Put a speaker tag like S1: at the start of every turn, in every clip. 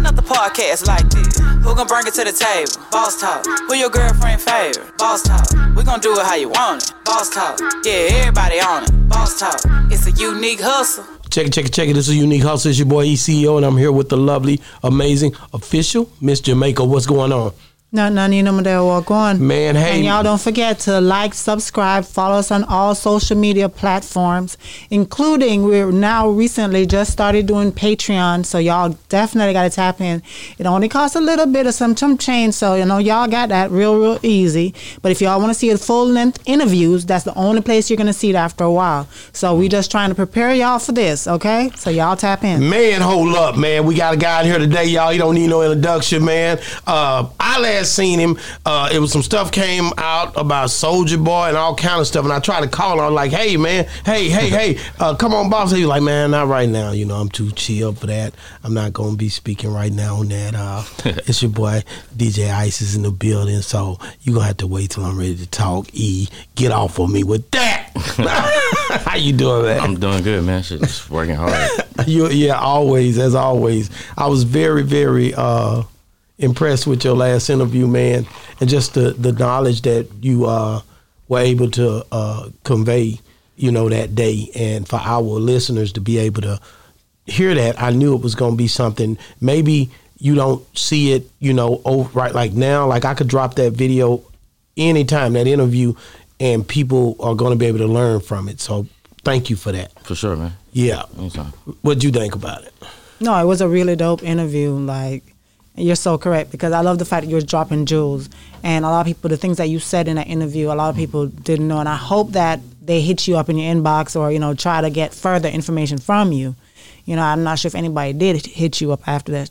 S1: podcast like this. Who gon' bring it to the table? Boss talk. Who your girlfriend favorite? Boss talk. We gon' do it how you want it. Boss talk. Yeah, everybody on it. Boss talk. It's a unique hustle.
S2: Check it, check it, check it. This is Unique Hustle. It's your boy ECEO, and I'm here with the lovely, amazing, official Miss Jamaica. What's going on?
S3: No, no, need no more walk on.
S2: Man, hey.
S3: And y'all don't forget to like, subscribe, follow us on all social media platforms, including we're now recently just started doing Patreon. So y'all definitely got to tap in. It only costs a little bit of some chum change. So, you know, y'all got that real, real easy. But if y'all want to see a full length interviews, that's the only place you're going to see it after a while. So we just trying to prepare y'all for this, okay? So y'all tap in.
S2: Man, hold up, man. We got a guy in here today, y'all. He don't need no introduction, man. Uh, I last seen him. Uh, it was some stuff came out about Soldier Boy and all kind of stuff, and I tried to call him. I was like, "Hey, man, hey, hey, hey, uh, come on, boss." He was like, "Man, not right now. You know, I'm too chill for that. I'm not gonna be speaking right now on that. Uh, it's your boy DJ Ice is in the building, so you gonna have to wait till I'm ready to talk. E, get off of me with that. How you doing, man?
S4: I'm doing good, man. Shit, just working hard.
S2: You, yeah, always, as always. I was very, very uh, impressed with your last interview, man, and just the, the knowledge that you uh, were able to uh, convey, you know, that day. And for our listeners to be able to hear that, I knew it was going to be something. Maybe you don't see it, you know, over, right like now. Like I could drop that video anytime, that interview, and people are going to be able to learn from it. So thank you for that.
S4: For sure, man.
S2: Yeah.
S4: Anytime.
S2: What'd you think about it?
S3: No, it was a really dope interview. Like, you're so correct because I love the fact that you're dropping jewels. And a lot of people, the things that you said in that interview, a lot of people didn't know. And I hope that they hit you up in your inbox or, you know, try to get further information from you. You know, I'm not sure if anybody did hit you up after that.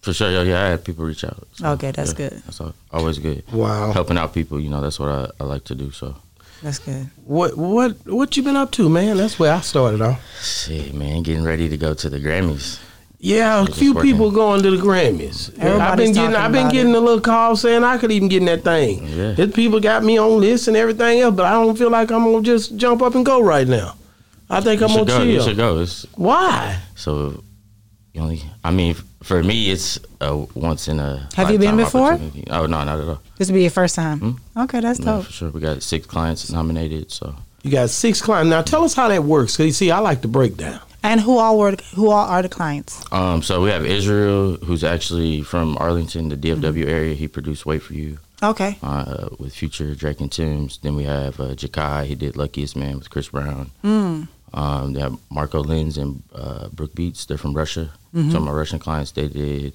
S4: For sure, yeah, yeah. I had people reach out. so,
S3: Okay, that's
S4: yeah,
S3: good.
S4: That's al- always good.
S2: Wow.
S4: Helping out people, you know, that's what I, I like to do. So,
S3: That's good.
S2: What what what you been up to, man? That's where I started off.
S4: shit, man, getting ready to go to the Grammys.
S2: Yeah, a
S4: It's
S2: few
S4: working.
S2: people going to the Grammys. I've been
S3: Everybody's
S2: getting
S3: talking
S2: I've been
S3: about
S2: getting a little call saying I could even get in that thing.
S4: Yeah.
S2: There's people got me on lists and everything else, but I don't feel like I'm gonna just jump up and go right now. I think
S4: you
S2: I'm
S4: should go.
S2: gonna
S4: You
S2: chill.
S4: should go. It's,
S2: Why?
S4: so, you only, I mean, for me, it's a once in a.
S3: Have you been
S4: lifetime
S3: before?
S4: opportunity. Oh no, not at all.
S3: This will be your first time. Okay, that's
S4: No,
S3: dope.
S4: for sure. We got six clients nominated. So,
S2: You got six clients. Now tell us how that works. Cause you see, I like the breakdown.
S3: And who all were who all are the clients?
S4: um, so we have Israel, who's actually from Arlington, the DFW
S3: Mm-hmm.
S4: area. He produced "Wait for You."
S3: Okay.
S4: uh, with Future, Drake, and Tim's. Then we have uh, Jakai. He did Luckiest Man with Chris Brown. Um, they have Marco Lenz and uh, Brooke Beats. They're from Russia. Some of my Russian clients, they did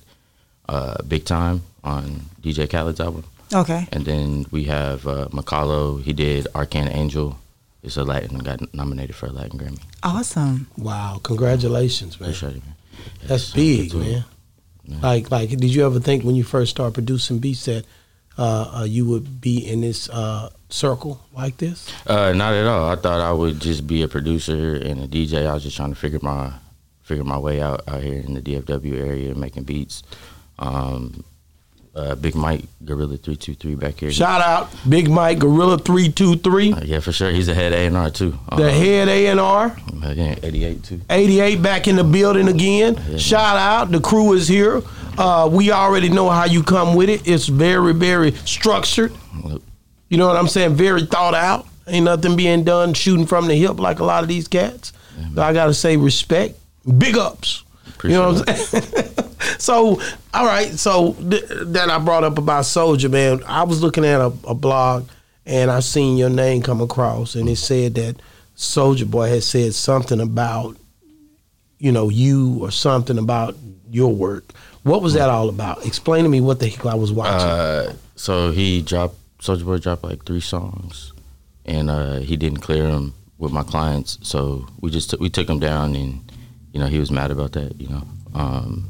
S4: uh, Big Time on DJ Khaled's album.
S3: Okay.
S4: And then we have uh, Makalo. He did Arcane Angel. It's a Latin, got nominated for a Latin Grammy.
S3: Awesome.
S2: Wow, congratulations, man.
S4: Appreciate it, man.
S2: That's
S4: Yeah,
S2: big,
S4: so-
S2: man. Like, like, did you ever think when you first started producing beats that uh, uh, you would be in this uh, circle like this?
S4: Uh, not at all. I thought I would just be a producer and a DJ. I was just trying to figure my figure my way out out here in the DFW area, making beats. Um, uh, Big Mike, Gorilla Three Two Three back here.
S2: Shout out, Big Mike, Gorilla Three Two Three,
S4: Uh, yeah, for sure. He's the head A and R too. Uh,
S2: the head A and R.
S4: again, eighty eight too.
S2: 88 back in the building again. Shout out, the crew is here. Uh, we already know how you come with it. It's very, very structured. You know what I'm saying? Very thought out. Ain't nothing being done shooting from the hip like a lot of these cats. So I gotta say respect, big ups. you know what I'm saying? so, all right. So th- that I brought up about Soldier Man, I was looking at a, a blog and I seen your name come across, and it said that Soldier Boy had said something about you know, you or something about your work. What was that all about? Explain to me what the heck I was watching.
S4: Uh, so he dropped Soldier Boy dropped like three songs, and uh, he didn't clear them with my clients. So we just took we took him down, and you know he was mad about that. You know, um,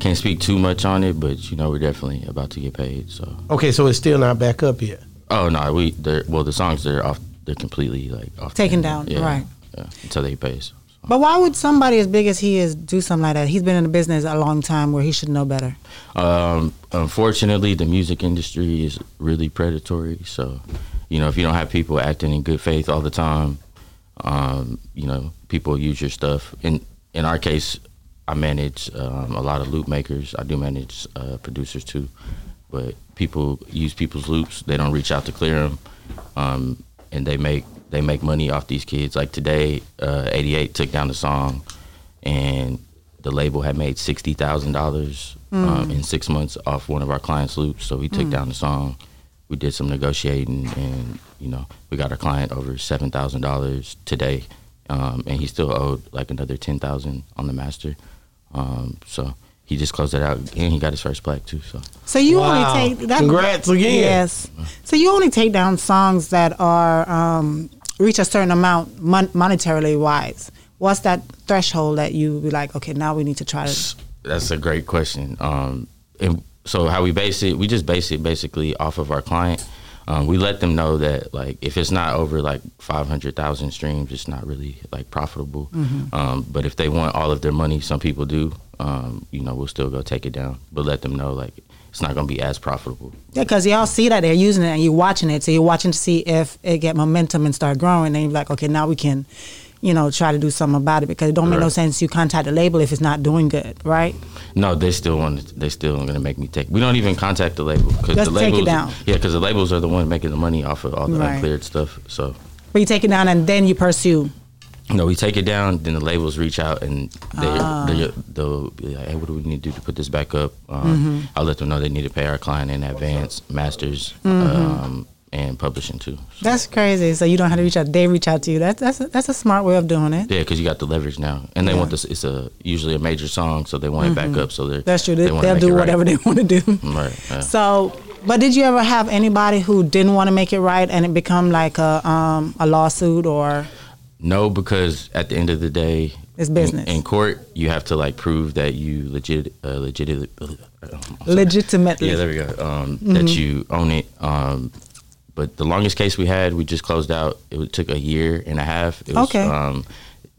S4: can't speak too much on it, but you know we're definitely about to get paid. So
S2: okay, so it's still not back up yet.
S4: oh no, we they're, well the songs they're off they're completely like off
S3: Taken down,
S4: Yeah,
S3: right.
S4: yeah, until they pay us.
S3: But why would somebody as big as he is do something like that? He's been in the business a long time where he should know better.
S4: Um, unfortunately, the music industry is really predatory. So, you know, if you don't have people acting in good faith all the time, um, you know, people use your stuff. In in our case, I manage um, a lot of loop makers. I do manage uh, producers too, but people use people's loops. They don't reach out to clear them, um, and they make they make money off these kids. Like today, uh, 88 took down the song, and the label had made sixty thousand dollars um, in six months off one of our clients' loops. So we took down the song. We did some negotiating, and you know we got our client over seven thousand dollars today, um, and he still owed like another ten thousand on the master. Um, so he just closed it out, and he got his first plaque too. So
S3: So you
S2: Wow.
S3: only take that.
S2: Congrats again.
S3: Yes. So you only take down songs that are um, reach a certain amount mon- monetarily wise. What's that threshold that you be like? Okay, now we need to try to.
S4: That's a great question. Um, and so how we base it, we just base it basically off of our client. Um, we let them know that like if it's not over like five hundred thousand streams, it's not really like profitable.
S3: Mm-hmm.
S4: Um, but if they want all of their money, some people do. Um, you know, we'll still go take it down, but let them know like it's not going to be as profitable.
S3: Yeah, because y'all see that they're using it and you're watching it, so you're watching to see if it get momentum and start growing. And you're like, okay, now we can, you know, try to do something about it because it don't make no
S4: Right.
S3: sense. You contact the label if it's not doing good, right?
S4: No, they still want. They still going to make me take. We don't even contact the label because
S3: Just
S4: the
S3: take it
S4: labels.
S3: down.
S4: Yeah, because the labels are the one making the money off of all the
S3: Right.
S4: uncleared stuff. So
S3: But you take it down and then you pursue.
S4: No, we take it down, then the labels reach out and they,
S3: Ah.
S4: they, they'll be like, hey, what do we need to do to put this back up?
S3: Mm-hmm.
S4: Um, I'll let them know they need to pay our client in advance, masters,
S3: Mm-hmm.
S4: um, and publishing too. So,
S3: That's crazy. So you don't have to reach out; they reach out to you. That's that's a, that's a smart way of doing it.
S4: yeah, because you got the leverage now. And they want this, it's a usually a major song, so they want it back up. So they're,
S3: Mm-hmm. That's true.
S4: They
S3: They,
S4: wanna
S3: will
S4: make
S3: do
S4: it right.
S3: whatever they want to do.
S4: Right. yeah.
S3: So, but did you ever have anybody who didn't want to make it right and it become like a um, a lawsuit or?
S4: No, because at the end of the day,
S3: It's business.
S4: In, in court, you have to like prove that you legit, uh, legit,
S3: Legitimately.
S4: Yeah,
S3: Mm-hmm.
S4: there we go. Um, That you own it. Um, but the longest case we had, we just closed out. It was- took a year and a half. It was,
S3: Okay. Mm-hmm.
S4: Um,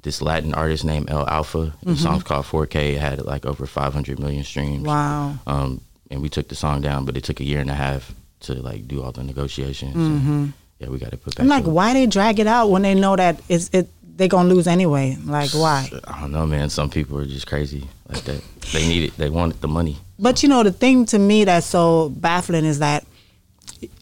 S4: this Latin artist named El Alpha. The song's called 4K. It had like over 500 million streams.
S3: Wow.
S4: Um, and we took the song down, but it took a year and a half to like do all the negotiations. And, yeah, we got to put back.
S3: Mm-hmm. I'm like,
S4: up.
S3: why they drag it out when they know that it's it they gonna lose anyway? Like, why?
S4: I don't know, man. Some people are just crazy like that. They need it. They want the money.
S3: But you know, the thing to me that's so baffling is that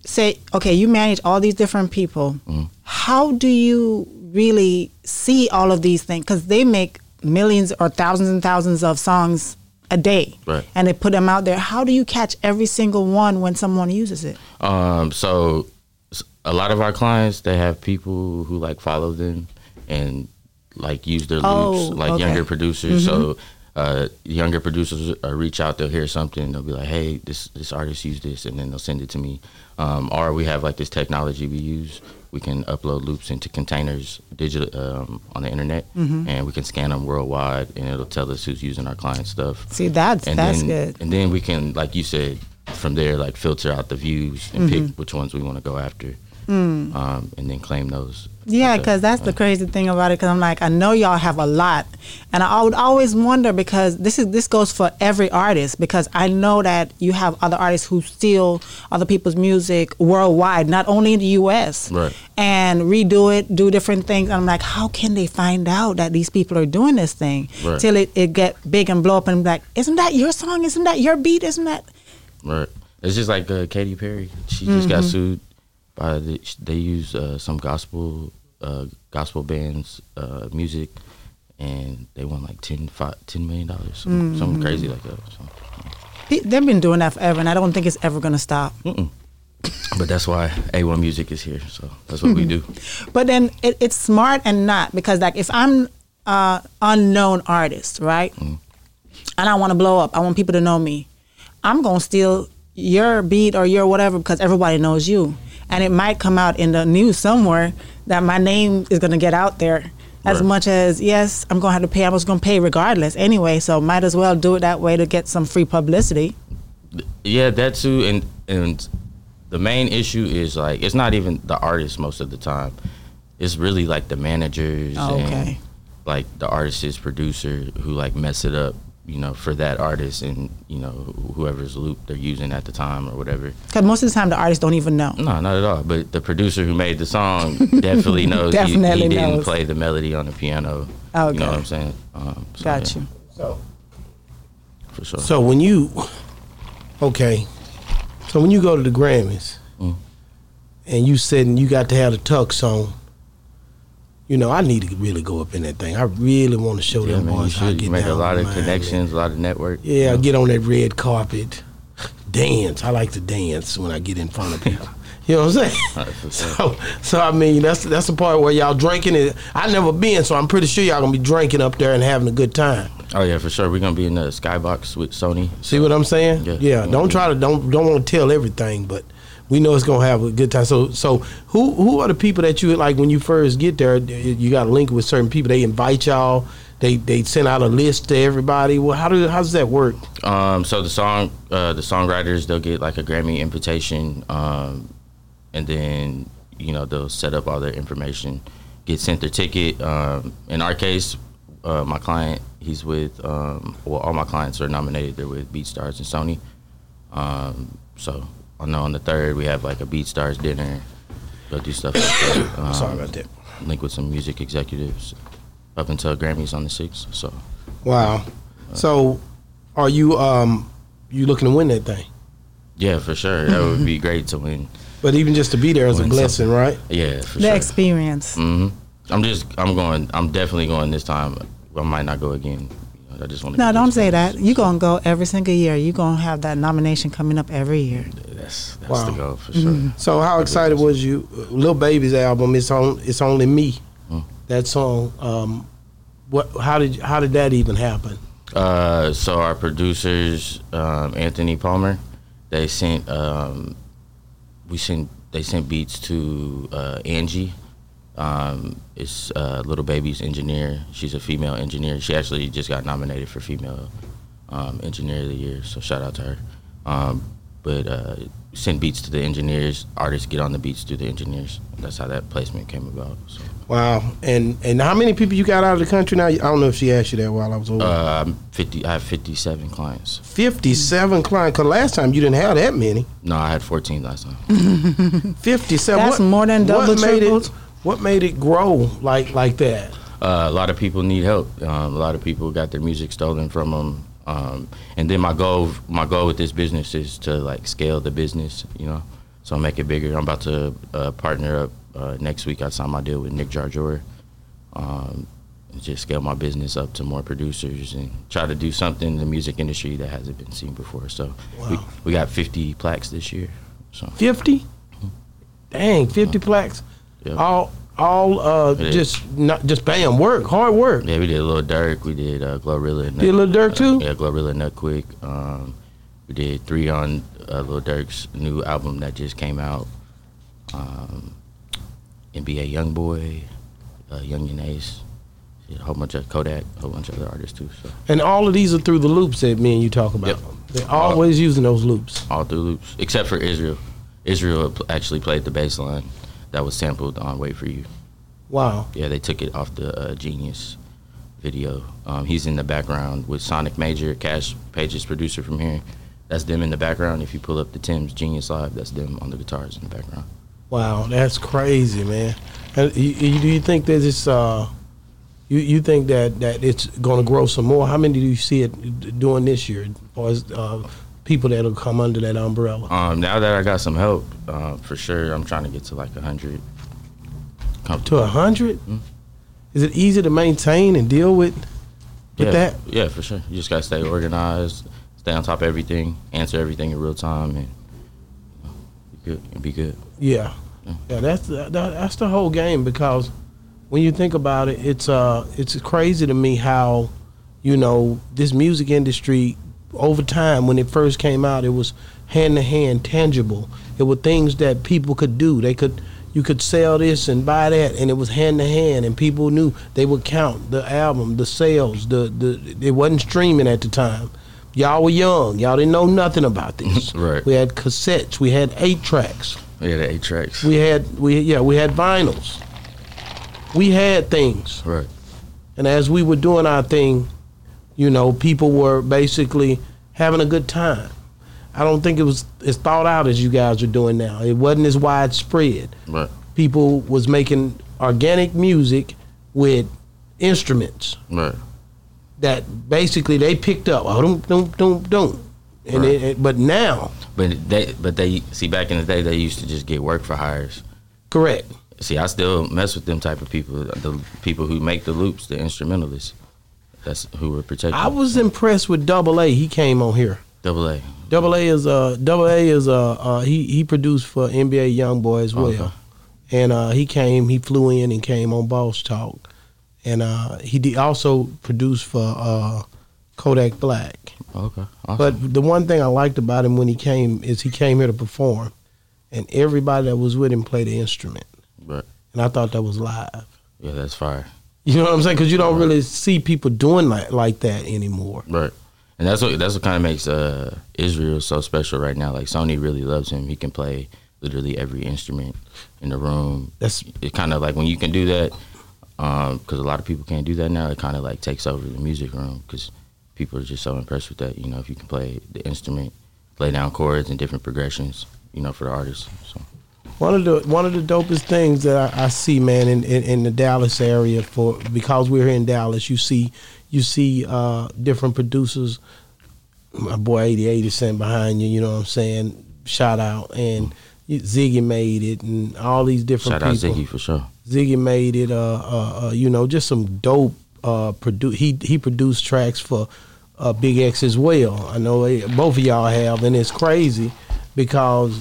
S3: say, okay, you manage all these different people.
S4: Mm-hmm.
S3: How do you really see all of these things? Because they make millions or thousands and thousands of songs a day,
S4: Right.
S3: and they put them out there. How do you catch every single one when someone uses it?
S4: Um, so s- a lot of our clients, they have people who like follow them and like use their
S3: Oh,
S4: loops,
S3: okay.
S4: like
S3: Mm-hmm.
S4: younger producers. So uh, younger producers uh, reach out, they'll hear something, they'll be like, "Hey, this this artist used this," and then they'll send it to me. Um, or we have like this technology we use. We can upload loops into containers digital um, on the internet,
S3: Mm-hmm.
S4: and we can scan them worldwide, and it'll tell us who's using our client stuff
S3: See, that's
S4: and
S3: that's
S4: then,
S3: good.
S4: And then we can, like you said, from there, like filter out the views and
S3: Mm-hmm.
S4: pick which ones we want to go after,
S3: Mm.
S4: um, and then claim those.
S3: Yeah,
S4: Okay.
S3: because that's the crazy thing about it. Because I'm like, I know y'all have a lot, and I would always wonder because this is this goes for every artist because I know that you have other artists who steal other people's music worldwide, not only in the U.S.
S4: Right.
S3: and redo it, do different things. I'm like, how can they find out that these people are doing this thing
S4: Right.
S3: till it, it get big and blow up? And I'm like, isn't that your song? Isn't that your beat? Isn't that
S4: Right. It's just like uh, Katy Perry. She just
S3: Mm-hmm.
S4: got sued by the, sh- they use uh, some gospel uh, gospel bands uh, music, and they won like 10, fi- $10 million dollars, some, something crazy
S3: Mm-hmm.
S4: like that. So.
S3: Pe- they've been doing that forever, and I don't think it's ever gonna stop.
S4: But that's why A1 Music is here. So that's what we do.
S3: Mm-hmm. But then it, it's smart and not because like if I'm uh, unknown artist, right?
S4: Mm-hmm.
S3: And I want to blow up. I want people to know me. I'm gonna steal your beat or your whatever because everybody knows you, and it might come out in the news somewhere that my name is gonna get out there. As
S4: Right.
S3: much as yes, I'm gonna have to pay. I was gonna pay regardless anyway, so might as well do it that way to get some free publicity.
S4: yeah that too and and the main issue is like it's not even the artist most of the time it's really like the managers
S3: Oh,
S4: and
S3: okay.
S4: like the artist's producer who like mess it up you know for that artist and you know wh- whoever's loop they're using at the time or whatever
S3: Because most of the time the artists don't even know.
S4: no not at all but the producer who made the song definitely knows he- he,
S3: Definitely
S4: didn't
S3: knows.
S4: play the melody on the piano you
S3: Okay.
S4: know what i'm saying um, so,
S3: Got
S4: yeah.
S3: you.
S2: So
S4: for sure.
S2: So when you, okay, so when you go to the Grammys,
S4: Mm.
S2: and you said you got to have the tux on, you know I need to really go up in that thing. I really want to show
S4: yeah,
S2: them
S4: man, you
S2: boys how I
S4: should
S2: get
S4: you make a
S2: down
S4: lot
S2: with
S4: of
S2: mine, man.
S4: connections, a lot of network.
S2: Yeah, I get on that red carpet, dance. I like to dance when I get in front of people. you know what I'm saying?
S4: Alright, for sure.
S2: So, so I mean, that's that's the part where y'all drinking. It. I never been, so I'm pretty sure y'all gonna be drinking up there and having a good time.
S4: Oh yeah, for sure. We're gonna be in the skybox with Sony.
S2: See what I'm saying?
S4: Yeah.
S2: Don't try to don't don't want to tell everything, but we know it's gonna have a good time. So so who who are the people that you like when you first get there? You got to link with certain people. They invite y'all. They they send out a list to everybody. Well, how do how does that work?
S4: Um, so the song, uh, the songwriters, they'll get like a Grammy invitation, um, and then you know they'll set up all their information, get sent their ticket. Um, in our case, uh, my client, he's with, um, well, all my clients are nominated. They're with BeatStars and Sony. Um, so I know on the third we have like a BeatStars dinner. Go do stuff like that. Um,
S2: Sorry about that.
S4: Link with some music executives up until Grammys on the sixth. So
S2: Wow. So, are you um you looking to win that thing?
S4: yeah, for sure, that would be great to win.
S2: But even just to be there is a
S4: Win
S2: blessing, right?
S4: Yeah, for
S3: The
S4: sure.
S3: experience.
S4: hmm I'm just, I'm going, I'm definitely going this time. I might not go again. You know, I just want to.
S3: No, don't say that. You're going to go every single year. You're going to have that nomination coming up every year.
S4: That's that's
S2: Wow.
S4: the goal for sure.
S3: Mm-hmm.
S2: So, how excited was you? Lil Baby's album. It's on. It's only me.
S4: Hmm.
S2: That song. Um, what? How did how did that even happen?
S4: Uh, so our producers, um, Anthony Palmer, they sent, um, we sent, they sent beats to uh, Angie. Um, it's uh, Little Baby's engineer. She's a female engineer. She actually just got nominated for female um, engineer of the year. So shout out to her. Um, but uh, send beats to the engineers. Artists get on the beats through the engineers. That's how that placement came about. So,
S2: Wow. And and how many people you got out of the country now? I don't know if she asked you that while I was over.
S4: uh, I'm fifty. I have fifty-seven clients.
S2: Fifty-seven clients. Cause last time you didn't have that many.
S4: No, I had fourteen last time.
S2: Fifty-seven.
S3: That's more than double,
S2: What made it?
S3: tripled.
S2: What made it grow like like that?
S4: uh, a lot of people need help. Um, a lot of people got their music stolen from them. Um, and then my goal, my goal with this business is to like scale the business, you know, so make it bigger. I'm about to uh, partner up uh, next week. I signed my deal with Nick Jarjor. Um, and just scale my business up to more producers and try to do something in the music industry that hasn't been seen before. So we,
S2: Wow.
S4: we got 50 plaques this year. So
S2: 50 dang 50 plaques
S4: Yeah.
S2: all all uh
S4: It is.
S2: just not just bam work hard work
S4: yeah, we did a little Dirk. We did uh, Glorilla. and
S2: Did Lil Durk too?
S4: Yeah, Glorilla and Nut Quick. Um, we did three on uh, Lil Durk's new album that just came out. Um, NBA YoungBoy, uh, Young and Ace, a whole bunch of Kodak, a whole bunch of other artists too. So
S2: and all of these are through the loops that me and you talk about
S4: Yep.
S2: they're always using those loops
S4: all through loops except for Israel. Israel pl- actually played the bass line that was sampled on "Wait for You."
S2: wow
S4: Yeah, they took it off the uh, Genius video. Um, he's in the background with Sonic Major, Cash Page's producer from here. That's them in the background. If you pull up the Tim's Genius Live, that's them on the guitars in the background.
S2: wow that's crazy man and you, you, do you think that it's uh you, you think that that it's going to grow some more how many do you see it doing this year as far as uh, people that'll come under that umbrella
S4: Um, now that I got some help, uh, for sure, I'm trying to get to like 100.
S2: to a 100
S4: mm.
S2: is it easy to maintain and deal with with
S4: yeah,
S2: that
S4: Yeah, for sure. You just got to stay organized, stay on top of everything, answer everything in real time, and you know, be good. Be good.
S2: Yeah, yeah. That's that, that's the whole game because when you think about it, it's uh, it's crazy to me how you know this music industry over time when it first came out, it was hand to hand, tangible. It were things that people could do. They could you could sell this and buy that, and it was hand to hand, and people knew they would count the album, the sales, the the. It wasn't streaming at the time. Y'all were young. Y'all didn't know nothing about this.
S4: Right.
S2: We had cassettes. We had eight tracks.
S4: Yeah, the eight tracks.
S2: We had we yeah we had vinyls. We had things,
S4: right.
S2: and as we were doing our thing, you know, people were basically having a good time. I don't think it was as thought out as you guys are doing now. It wasn't as widespread.
S4: Right.
S2: People was making organic music with instruments.
S4: Right.
S2: that basically they picked up. Oh, don't, don't, don't, don't. And
S4: Right.
S2: it, it- but now,
S4: But they, but they see back in the day they used to just get work for hires.
S2: correct.
S4: See, I still mess with them type of people, the people who make the loops, the instrumentalists. That's who we're protecting.
S2: I was impressed with Double A. He came on here.
S4: double A.
S2: Double A is uh Double A is uh, uh he he produced for NBA YoungBoy as well,
S4: Okay.
S2: and uh he came he flew in and came on Boss Talk, and uh he did also produced for uh Kodak Black.
S4: Okay, awesome.
S2: But the one thing I liked about him when he came is he came here to perform, and everybody that was with him played the instrument,
S4: But-
S2: and I thought that was live.
S4: yeah, that's fire.
S2: You know what I'm saying? Because you don't really see people doing like like that anymore.
S4: Right. And that's what that's what kind of makes uh, Israel so special right now. Like Sony really loves him. He can play literally every instrument in the room.
S2: That's-
S4: it. Kind of like when you can do that, because a lot of people can't do that now. It kind of like takes over the music room because people are just so impressed with that. You know, if you can play the instrument, lay down chords and different progressions. You know, for the artist. So
S2: One of the one of the dopest things that I, I see, man, in, in, in the Dallas area for because we're here in Dallas, you see you see uh, different producers. My boy eighty eighty cent behind you, you know what I'm saying? Shout out and Ziggy made it and all these different
S4: shout out
S2: people.
S4: Ziggy for sure.
S2: Ziggy made it. Uh, uh, uh, you know, just some dope. Uh, produ- he he produced tracks for uh, Big X as well. I know eh, both of y'all have, and it's crazy because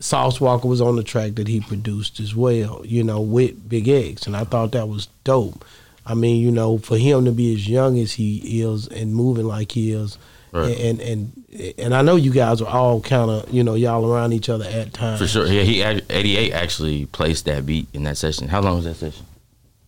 S2: Sauce Walker was on the track that he produced as well. You know, with Big X, and I thought that was dope. I mean, you know, for him to be as young as he is and moving like he is.
S4: Right.
S2: And, and and I know you guys are all kind of you know y'all around each other at times.
S4: For sure. Yeah, he act- 88 actually placed that beat in that session. How long was that session?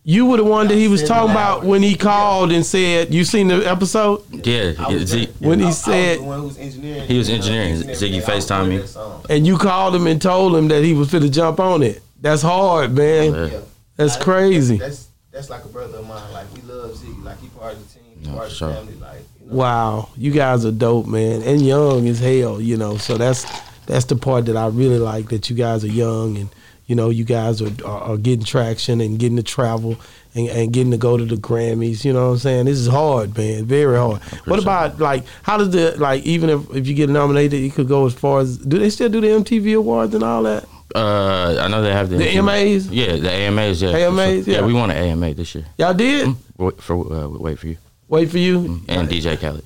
S2: You were the one that he was
S5: Sitting
S2: talking
S5: loud.
S2: about when he called and said, "You seen the episode?"
S4: Yeah,
S5: I was
S4: Z-
S5: there.
S2: When he
S5: I- I
S2: said-
S5: was the one who was engineering.
S4: He was engineering.
S5: Engineering
S4: Ziggy
S5: everything. I was
S4: FaceTimed me.
S5: doing that song.
S2: And you called him and told him that he was finna jump on it. That's hard, man.
S4: Yeah.
S5: Yeah.
S2: That's
S5: I-
S2: crazy.
S5: That's that's like a brother of mine. Like we love Ziggy. Like he part of the team. He
S4: No,
S5: part of
S4: sure.
S5: the family. Like you know,
S2: Wow, you guys are dope, man, and young as hell. You know, so that's that's the part that I really like that you guys are young and you know you guys are are, are getting traction and getting to travel and, and getting to go to the Grammys. You know what I'm saying? This is hard, man, very hard. What
S4: appreciate
S2: about like how does the like even if if you get nominated, you could go as far as do they still do the MTV awards and all that?
S4: Uh, I know they have the,
S2: The MAs?
S4: Yeah, the AMAs. Yeah, for
S2: AMAs,
S4: sure.
S2: yeah.
S4: we won an AMA this year.
S2: Y'all did?
S4: Wait for uh, wait for you
S2: Wait for you.
S4: and DJ Khaled.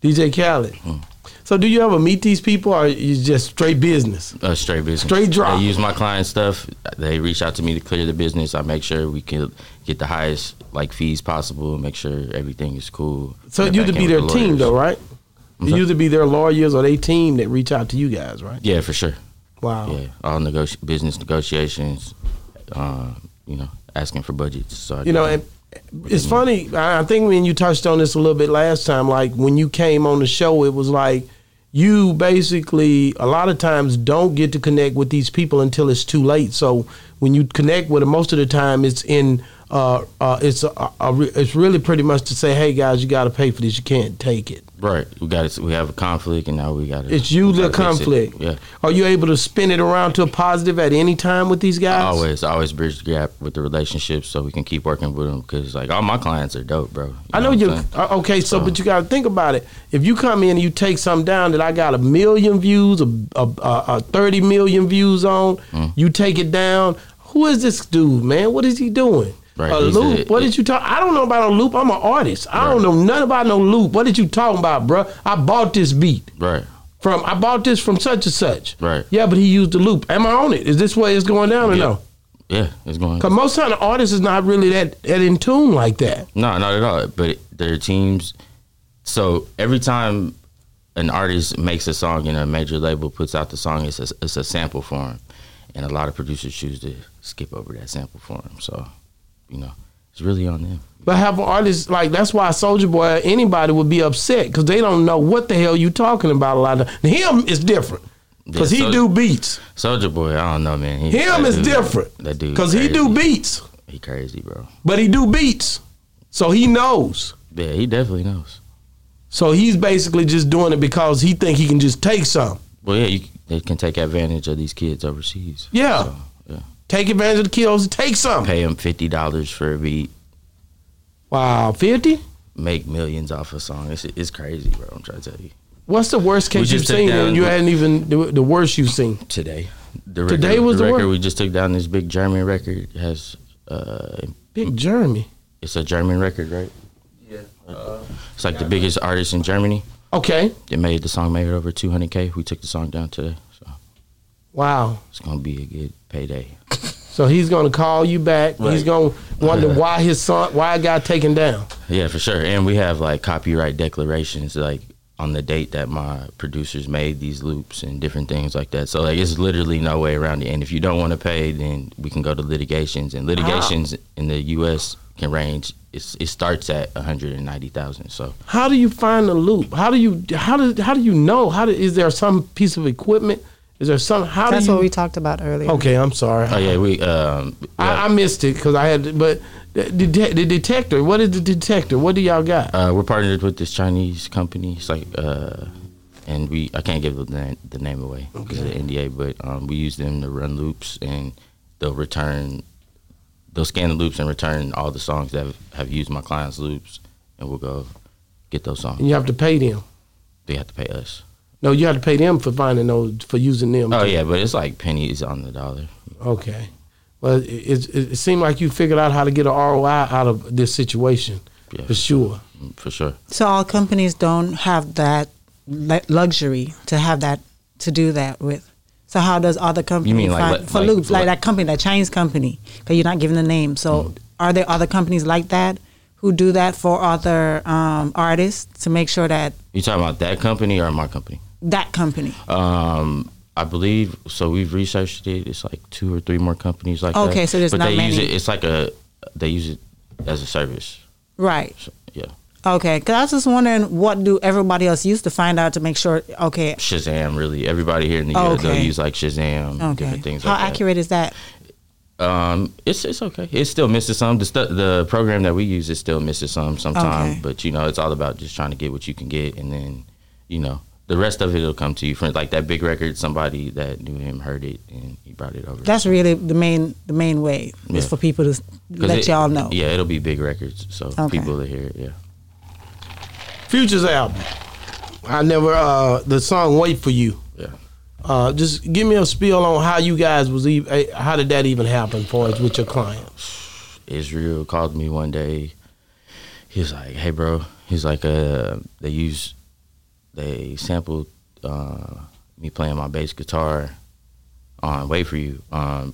S2: DJ Khaled. So do you ever meet these people or you just straight business?
S4: Uh, straight business.
S2: Straight drop.
S4: They use my client stuff. They reach out to me to clear the business. I make sure we can get the highest like fees possible. Make sure everything is cool.
S2: So
S4: And
S2: you
S4: back
S2: to
S4: end
S2: be
S4: with
S2: their
S4: the
S2: team
S4: lawyers.
S2: though, right? You
S4: sorry?
S2: used to be their lawyers or they team that reach out to you guys, right?
S4: Yeah, for sure.
S2: Wow.
S4: Yeah, all negoti- business negotiations. Uh, you know, asking for budgets. So I
S2: You know,
S4: get-
S2: and it's funny. I I think when you touched on this a little bit last time, like when you came on the show, it was like you basically a lot of times don't get to connect with these people until it's too late. So when you connect with them, most of the time it's in. Uh, uh, it's a, a re- it's really pretty much to say, hey guys, you got to pay for this. You can't take it.
S4: right. We got it. We have a conflict, and now we got to
S2: It's you the conflict.
S4: Yeah.
S2: Are you able to spin it around to a positive at any time with these guys?
S4: Always, I always bridge the gap with the relationship so we can keep working with them because like all my clients are dope, bro. You
S2: I know
S4: what I'm
S2: you.
S4: saying?
S2: uh, Okay, so
S4: So-
S2: but you got to think about it. If you come in and you take something down that I got a million views, a, a, a, a thirty million views on,
S4: Mm.
S2: you take it down. Who is this dude, man? What is he doing?
S4: Right,
S2: a
S4: he's
S2: loop?
S4: a-
S2: what did you talk? I don't know about a loop. I'm an artist. I don't know nothing about no loop. What did you talking about, bruh? I bought this beat.
S4: Right.
S2: from I bought this from such and such.
S4: Right.
S2: Yeah, but he used the loop. Am I on it? Is this way it's going down or
S4: Yeah.
S2: no?
S4: Yeah, it's going.
S2: Because most time the artist is not really that that in tune like that.
S4: No, not at all. But their teams. So every time an artist makes a song and a major label puts out the song, it's a, it's a sample form, and a lot of producers choose to skip over that sample form. So, you know, it's really on them.
S2: But have artists like that's why Soldier Boy or anybody would be upset because they don't know what the hell you talking about. A lot of now, him is different because
S4: Yeah,
S2: he
S4: Soulja-
S2: do beats.
S4: Soldier Boy, I don't know, man. He,
S2: Him
S4: that
S2: is
S4: dude-
S2: different
S4: That dude,
S2: because he do
S4: crazy.
S2: beats,
S4: He crazy, bro.
S2: but he do beats, so he knows.
S4: Yeah, he definitely knows.
S2: So he's basically just doing it because he think he can just take some.
S4: Well, yeah, you, they can take advantage of these kids overseas.
S2: Yeah.
S4: So, yeah.
S2: Take advantage of the kills, take some.
S4: Pay them fifty dollars for a beat.
S2: Wow, fifty?
S4: make millions off a song. It's, it's crazy, bro. I'm trying to tell you.
S2: What's the worst
S4: We
S2: case you've
S4: just took
S2: seen? And
S4: down-
S2: you hadn't even the, the worst you've seen.
S4: Today, the
S2: Today was the
S4: record
S2: word?
S4: we just took down. This big German record It has. Uh,
S2: Big Jeremy.
S4: it's a German record, right?
S5: Yeah. Uh,
S4: It's like the biggest artist in Germany.
S2: Okay.
S4: It made the song made it over 200k. We took the song down today, so
S2: Wow.
S4: it's gonna be a good payday.
S2: So he's gonna call you back. He's
S4: Right.
S2: gonna wonder why his son, why it got taken down.
S4: Yeah, for sure. And we have like copyright declarations, like on the date that my producers made these loops and different things like that. So like, it's literally no way around it. And if you don't want to pay, then we can go to litigations. And litigations in the U.S. can range. It's, it starts at one hundred and ninety thousand. So
S2: How do you find the loop? How do you how do how do you know? How do, is there some piece of equipment? Is there some? How
S3: That's
S2: do you?
S3: what we talked about earlier.
S2: okay, I'm sorry.
S4: oh yeah, we um
S2: I, I missed it because I had, but the, det- the detector. What is the detector? What do y'all got?
S4: uh, we're partnered with this Chinese company. It's like, uh, and we I can't give the name, the name away because of the NDA, but um, we use them to run loops and they'll return, they'll scan the loops and return all the songs that have, have used my clients' loops, and we'll go get those songs.
S2: And you have to pay them.
S4: They have to pay us.
S2: No, you have to pay them for finding those for using them.
S4: Oh yeah, but it's like pennies on the dollar.
S2: Okay. Well, it, it, it seemed like you figured out how to get an ROI out of this situation
S4: Yeah,
S2: for sure.
S4: Mm, for sure.
S3: So all companies don't have that lu- luxury to have that to do that with. So how does other companies
S4: mean like
S3: find-
S4: le-
S3: for
S4: like-
S3: loops like,
S4: like-
S3: that company that Chinese company because you're not giving the name? So
S4: Mm.
S3: are there other companies like that who do that for other um, artists to make sure that
S4: You talking about that company or my company?
S3: that company?
S4: Um, I believe so. We've researched it. It's like two or three more companies like that.
S3: Okay, so there's
S4: but
S3: not
S4: they use
S3: many.
S4: it. It's like a they use it as a service.
S3: right.
S4: So, yeah,
S3: Okay. Because I was just wondering what do everybody else use to find out to make sure? Okay.
S4: Shazam. Really, everybody here in the U.S.
S3: Okay.
S4: they'll use like Shazam,
S3: Okay.
S4: different things.
S3: How
S4: like that.
S3: accurate is that?
S4: Um, it's it's okay. It still misses some. The stu- the program that we use it still misses some sometimes.
S3: Okay.
S4: But you know, it's all about just trying to get what you can get, and then you know the rest of it will come to you. For like that big record, somebody that knew him heard it and he brought it over.
S3: That's really the main the main way is
S4: Yeah.
S3: for people to s-
S4: 'Cause
S3: let
S4: it-
S3: y'all know.
S4: Yeah, it'll be big records, so
S3: Okay.
S4: people will hear it. Yeah.
S2: Futures album. I never uh the song "Wait for You."
S4: Yeah.
S2: Uh, just give me a spiel on how you guys was even how did that even happen for us with your client?
S4: Israel called me one day. He was like, "Hey, bro." He's like, "Uh, they use, they sampled uh, me playing my bass guitar on "Wait for You"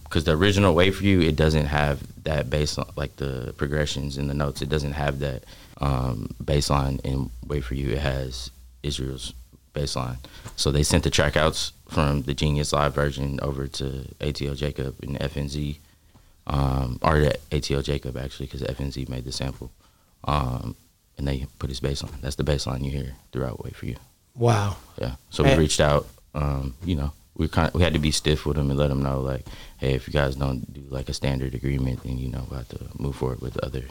S4: because the original "Wait for You" it doesn't have that bass li- like the progressions in the notes. It doesn't have that um, bass line in "Wait for You." It has Israel's bass line. So they sent the track outs from the Genius Live version over to ATL Jacob and FNZ um, or the ATL Jacob actually, because FNZ made the sample, um, and they put his bass on. That's the bass line you hear throughout "Wait for You."
S2: Wow.
S4: Yeah. So we
S2: Hey.
S4: reached out. Um, you know, we kind we had to be stiff with them and let them know like, hey, if you guys don't do like a standard agreement, then you know we will have to move forward with other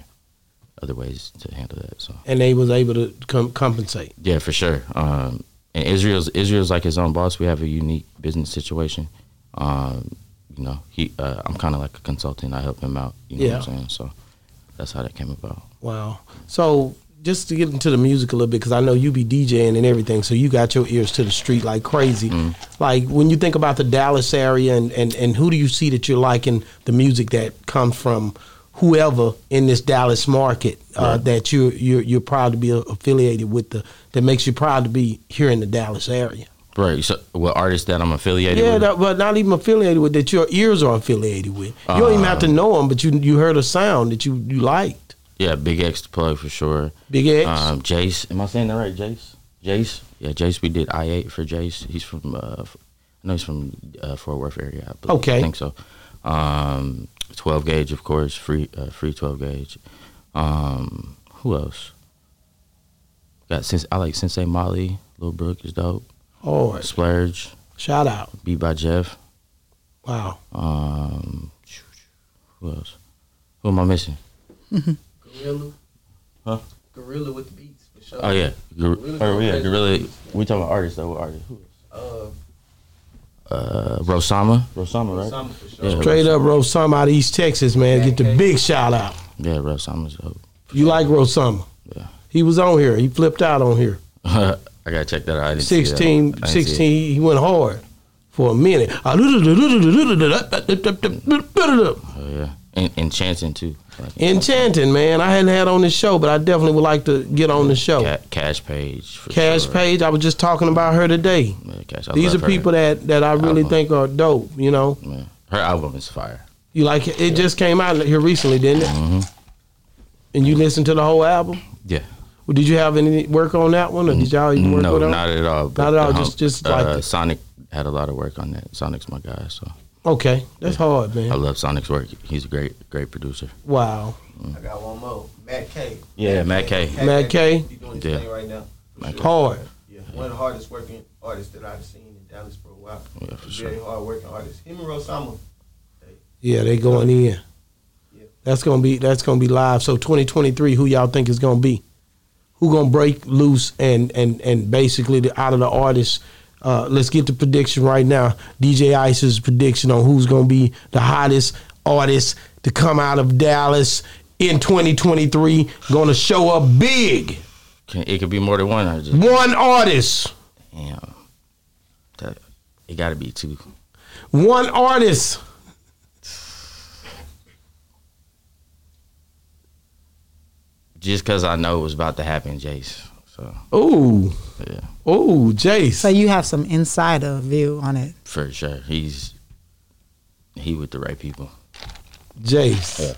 S4: other ways to handle that. So
S2: And they was able to com- compensate.
S4: yeah, for sure. Um, and Israel's Israel's like his own boss. We have a unique business situation. Um, you know, he uh, I'm kind of like a consultant. I help him out. You know what I'm
S2: Yeah.
S4: saying? So that's how that came about.
S2: Wow. So just to get into the music a little bit, because I know you be DJing and everything, so you got your ears to the street like crazy. Like when you think about the Dallas area and, and, and who do you see that you're liking the music that comes from whoever in this Dallas market uh, that you you're, you're proud to be affiliated with the that makes you proud to be here in the Dallas area.
S4: Right. So what artists that I'm affiliated
S2: Yeah,
S4: with?
S2: that, but not even affiliated with that your ears are affiliated with. You don't even have to know them, but you you heard a sound that you, you liked.
S4: yeah, Big X to plug for sure.
S2: Big X.
S4: Um, Jace. Am I saying that right? Jace. Jace. Yeah, Jace. We did I eight for Jace. He's from. Uh, f- I know he's from uh, Fort Worth area. I believe.
S2: Okay.
S4: I think so. Um, twelve gauge, of course. Free. Uh, free twelve gauge. Um, who else? Got since I like Sensei Molly. Lil Brook is dope.
S2: oh,
S4: Splurge.
S2: shout out.
S4: Beat by Jeff.
S2: Wow.
S4: Um, who else? Who am I missing?
S5: Gorilla.
S4: Huh?
S5: Gorilla with the beats for sure.
S4: Oh yeah, Gor-
S5: Gorilla
S4: or, yeah,
S5: Glue.
S4: Gorilla. We talking about artists though. What artists? Who?
S5: Uh,
S4: Uh, Rosama. Rosama, right?
S5: Osama for sure.
S4: Yeah.
S2: Straight up Rosama out of East Texas, man. Get the big shout out.
S4: Yeah, Rosama's dope.
S2: You like Rosama?
S4: Yeah.
S2: He was on here. He flipped out on here.
S4: I gotta check that out. I didn't see that.
S2: 16,
S4: I didn't see it.
S2: 16 he went hard for a minute. Uh,
S4: Oh yeah, and, and Chanson too. Like,
S2: Enchanting, man. I hadn't had on this show, but I definitely would like to get on the show.
S4: Ca- Cash Page. For
S2: Cash
S4: sure.
S2: Page, I was just talking about her today.
S4: Yeah, Cash. I
S2: These are
S4: love her.
S2: people that, that I really
S4: Album.
S2: think are dope, you know?
S4: Yeah. Her album is fire.
S2: You like it, it just came out here recently, didn't it? And you listened to the whole album?
S4: Mm-hmm. Yeah.
S2: Well, did you have any work on that one, or did y'all even Oh, work
S4: No,
S2: on that?
S4: not at all. but
S2: Not at all,
S4: the
S2: just- just
S4: uh,
S2: like the-
S4: Sonic had a lot of work on that. Sonic's my guy, so
S2: Okay, that's hard, man.
S4: I love Sonic's work. He's a great, great producer.
S2: Wow.
S5: I got one more. Matt K.
S4: Yeah, Matt K.
S2: Matt K.
S5: He doing his
S4: Yeah.
S5: thing right now. for
S4: Matt
S5: sure.
S2: Hard.
S5: Yeah, one of the hardest working artists that I've seen in Dallas for a while.
S4: Yeah, for sure.
S5: Very hard working artist. Him and Rosama.
S2: Yeah, they going in.
S5: Yeah.
S2: That's gonna be that's gonna be live. So 2023, who y'all think is gonna be? Who gonna break loose and and and basically the, out of the artists? Uh, let's get the prediction right now. DJ Ice's prediction on who's gonna be the hottest artist to come out of Dallas in 2023. Gonna show up big.
S4: Can, it could be more than one. I just
S2: One artist.
S4: damn. That, it got to be two.
S2: One artist.
S4: Just because I know it was about to happen, Jace. So
S2: Ooh,
S4: yeah,
S2: ooh, Jace.
S3: So you have some insider view on it.
S4: for sure, he's he with the right people.
S2: Jace.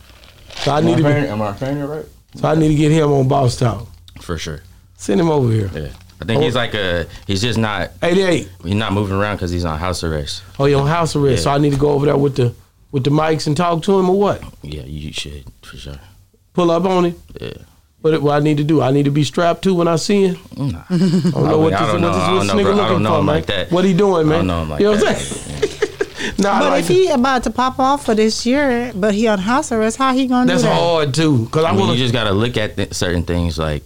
S2: So I need to be,
S4: am I saying it right?
S2: so I need to get him on Boss Talk.
S4: For sure.
S2: Send him over here.
S4: Yeah, I think he's like a he's just not
S2: 88.
S4: he's not moving around because he's on house arrest.
S2: Oh, you're on house arrest. So I need to go over there with the with the mics and talk to him or what?
S4: Yeah, you should for sure.
S2: Pull up on him.
S4: Yeah.
S2: What, it- what I need to do? I need to be strapped to when I see him.
S4: Nah.
S2: I don't know
S4: mean,
S2: what this,
S4: I don't
S2: what
S4: know.
S2: this, what
S4: I
S2: this
S4: don't know,
S2: nigga
S4: bro. I
S2: looking
S4: don't know
S2: for,
S4: him
S2: man.
S4: like that.
S2: What he doing, man?
S4: I don't know him like
S2: you know what I'm
S4: that.
S2: saying? nah, I
S3: But
S2: like
S3: if he about to pop off for this year, but he on house arrest, how he gonna
S2: that's
S3: do that?
S2: hard too. Cause I,
S4: I mean,
S2: want
S4: you
S2: to.
S4: just gotta look at th- certain things like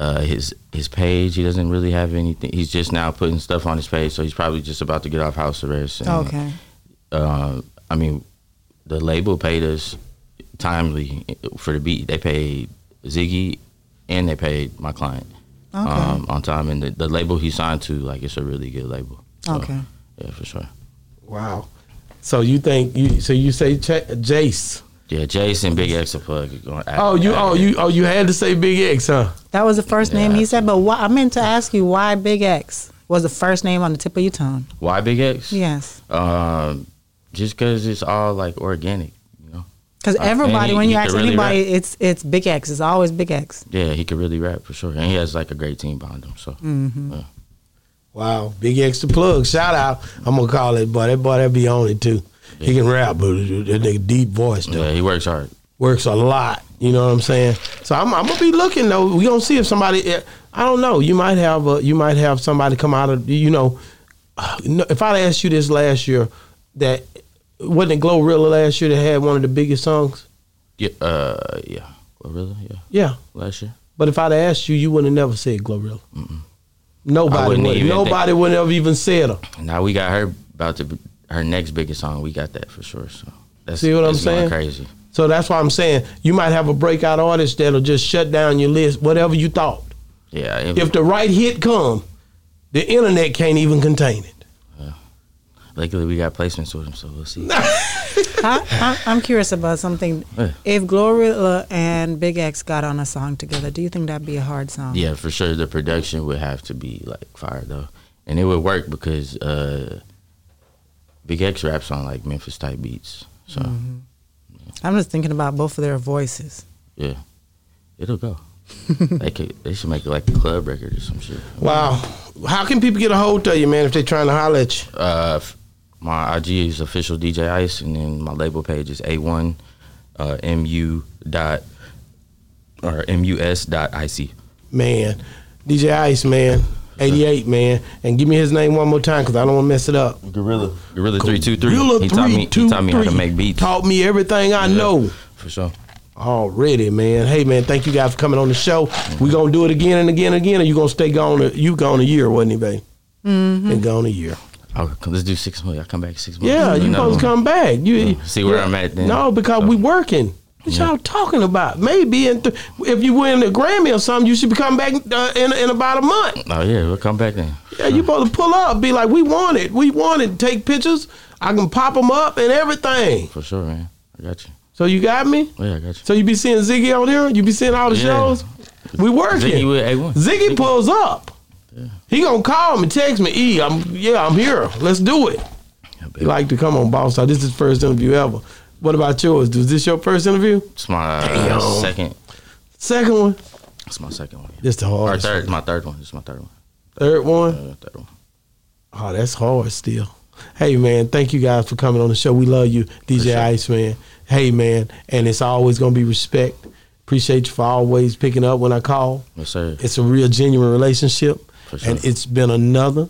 S4: uh, his his page. He doesn't really have anything. He's just now putting stuff on his page, so he's probably just about to get off house arrest. And,
S3: Okay.
S4: Uh, I mean, the label paid us timely for the beat. They paid Ziggy, and they paid my client
S3: Okay.
S4: um, on time. And the, the label he signed to, like, it's a really good label. So,
S3: Okay.
S4: Yeah, for sure.
S2: Wow. So you think you? So you say Ch- Jace?
S4: Yeah, Jason Big X a plug. is gonna add-
S2: Oh, you?
S4: add
S2: Oh,
S4: it.
S2: you? Oh, you had to say Big X, huh?
S3: That was the first name he said, but why, I meant to ask you why Big X was the first name on the tip of your tongue.
S4: Why Big X?
S3: Yes.
S4: Um, just because it's all like organic, you know.
S3: Because
S4: Uh, and
S3: everybody,
S4: he-
S3: when
S4: he
S3: you
S4: could
S3: ask
S4: really
S3: anybody, it's it's Big X. It's always Big X.
S4: Yeah, he could really rap for sure, and he has like a great team behind him. So
S3: Mm-hmm.
S4: yeah.
S2: Wow, big extra plug. Shout out. I'm gonna call it, boy. That boy that be on it too. He can rap, but that nigga deep voice though.
S4: yeah, he works hard.
S2: Works a lot. You know what I'm saying? So I'm, I'm gonna be looking though. We gonna see if somebody. eh, I don't know. You might have a. You might have somebody come out of. You know, uh, no, if I asked you this last year, that wasn't it Glorilla last year that had one of the biggest songs.
S4: Yeah, uh, yeah, well, really, yeah.
S2: Yeah,
S4: Last year,
S2: but if I'd asked you, you would have never said Glorilla. Nobody
S4: wouldn't
S2: would.
S4: even think-
S2: Nobody would have even said her.
S4: now we got her about to be, her next biggest song. We got that for sure. So that's
S2: See what I'm
S4: that's going
S2: saying?
S4: Crazy.
S2: So that's why I'm saying you might have a breakout artist that'll just shut down your list, whatever you thought.
S4: Yeah, it-
S2: If the right hit come, the internet can't even contain it.
S4: luckily we got placements with him, so we'll see.
S3: I, I, I'm curious about something.
S4: Yeah.
S3: If Glorilla and Big X got on a song together, do you think that'd be a hard song?
S4: Yeah, for sure. The production would have to be like fire though, and it would work because uh, Big X raps on like Memphis type beats, so
S2: Mm-hmm.
S3: I'm just thinking about both of their voices.
S4: yeah, it'll go. they could, they should make it like a club record or some shit.
S2: Wow. How can people get a hold of you, man, if they're trying to holler at you?
S4: Uh, f- my IG is official DJ Ice, and then my label page is A One uh, Mu dot or mus dot ic.
S2: Man, DJ Ice, man, 88, man. And give me his name one more time because I don't want to mess it up.
S4: Gorilla, Gorilla three two three.
S2: Gorilla
S4: he taught me, he taught me how
S2: 323.
S4: to make beats.
S2: Taught me everything I know.
S4: for sure.
S2: Already, man. Hey, man, thank you guys for coming on the show. we going to do it again and again and again, or you going to stay gone? A, you gone a year, wasn't he, babe? Mm-hmm. And gone a year.
S4: I'll, Oh, let's do six months. I'll come back six months.
S2: Yeah,
S4: Do
S2: you
S4: another
S2: supposed to
S4: one.
S2: come back. You
S4: See where I'm at then.
S2: No, because we working. What y'all talking about? Maybe in th- if you win a Grammy or something, you should come back uh, in in about a month.
S4: Oh yeah, we'll come back then.
S2: Yeah, you supposed to pull up, be like, we want it, we want it. Take pictures. I can pop them up and everything.
S4: For sure, man. I got you.
S2: So you got me.
S4: Yeah, I got you.
S2: So you be seeing Ziggy on here. You be seeing all the
S4: Yeah.
S2: shows. We working.
S4: Ziggy with A1.
S2: Ziggy pulls up. He gonna call me, text me. E, I'm yeah, I'm here. Let's do it.
S4: Yeah, baby.
S2: You like to come on Boss Talk. This is first interview ever. What about yours? Is this your first interview?
S4: It's my
S2: Damn.
S4: uh, second.
S2: Second one.
S4: It's my second one.
S2: This the
S4: Or
S2: hardest.
S4: third.
S2: one.
S4: My third one. It's my third one.
S2: Third one.
S4: Uh, third one.
S2: Oh, that's hard still. Hey man, thank you guys for coming on the show. We love you, DJ
S4: Appreciate it.
S2: Iceman. Hey man, and it's always gonna be respect. Appreciate you for always picking up when I call.
S4: Yes, sir.
S2: It's a real genuine relationship,
S4: For sure.
S2: and it's been another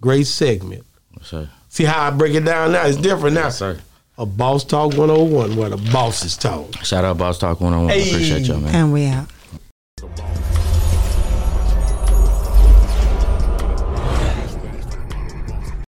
S2: great segment.
S4: Yes, sir.
S2: See how I break it down now? It's different now.
S4: Yes, sir.
S2: A boss talk 101 where the bosses talk.
S4: Shout out Boss Talk 101. I
S2: Hey.
S4: Appreciate y'all, man.
S3: And we out.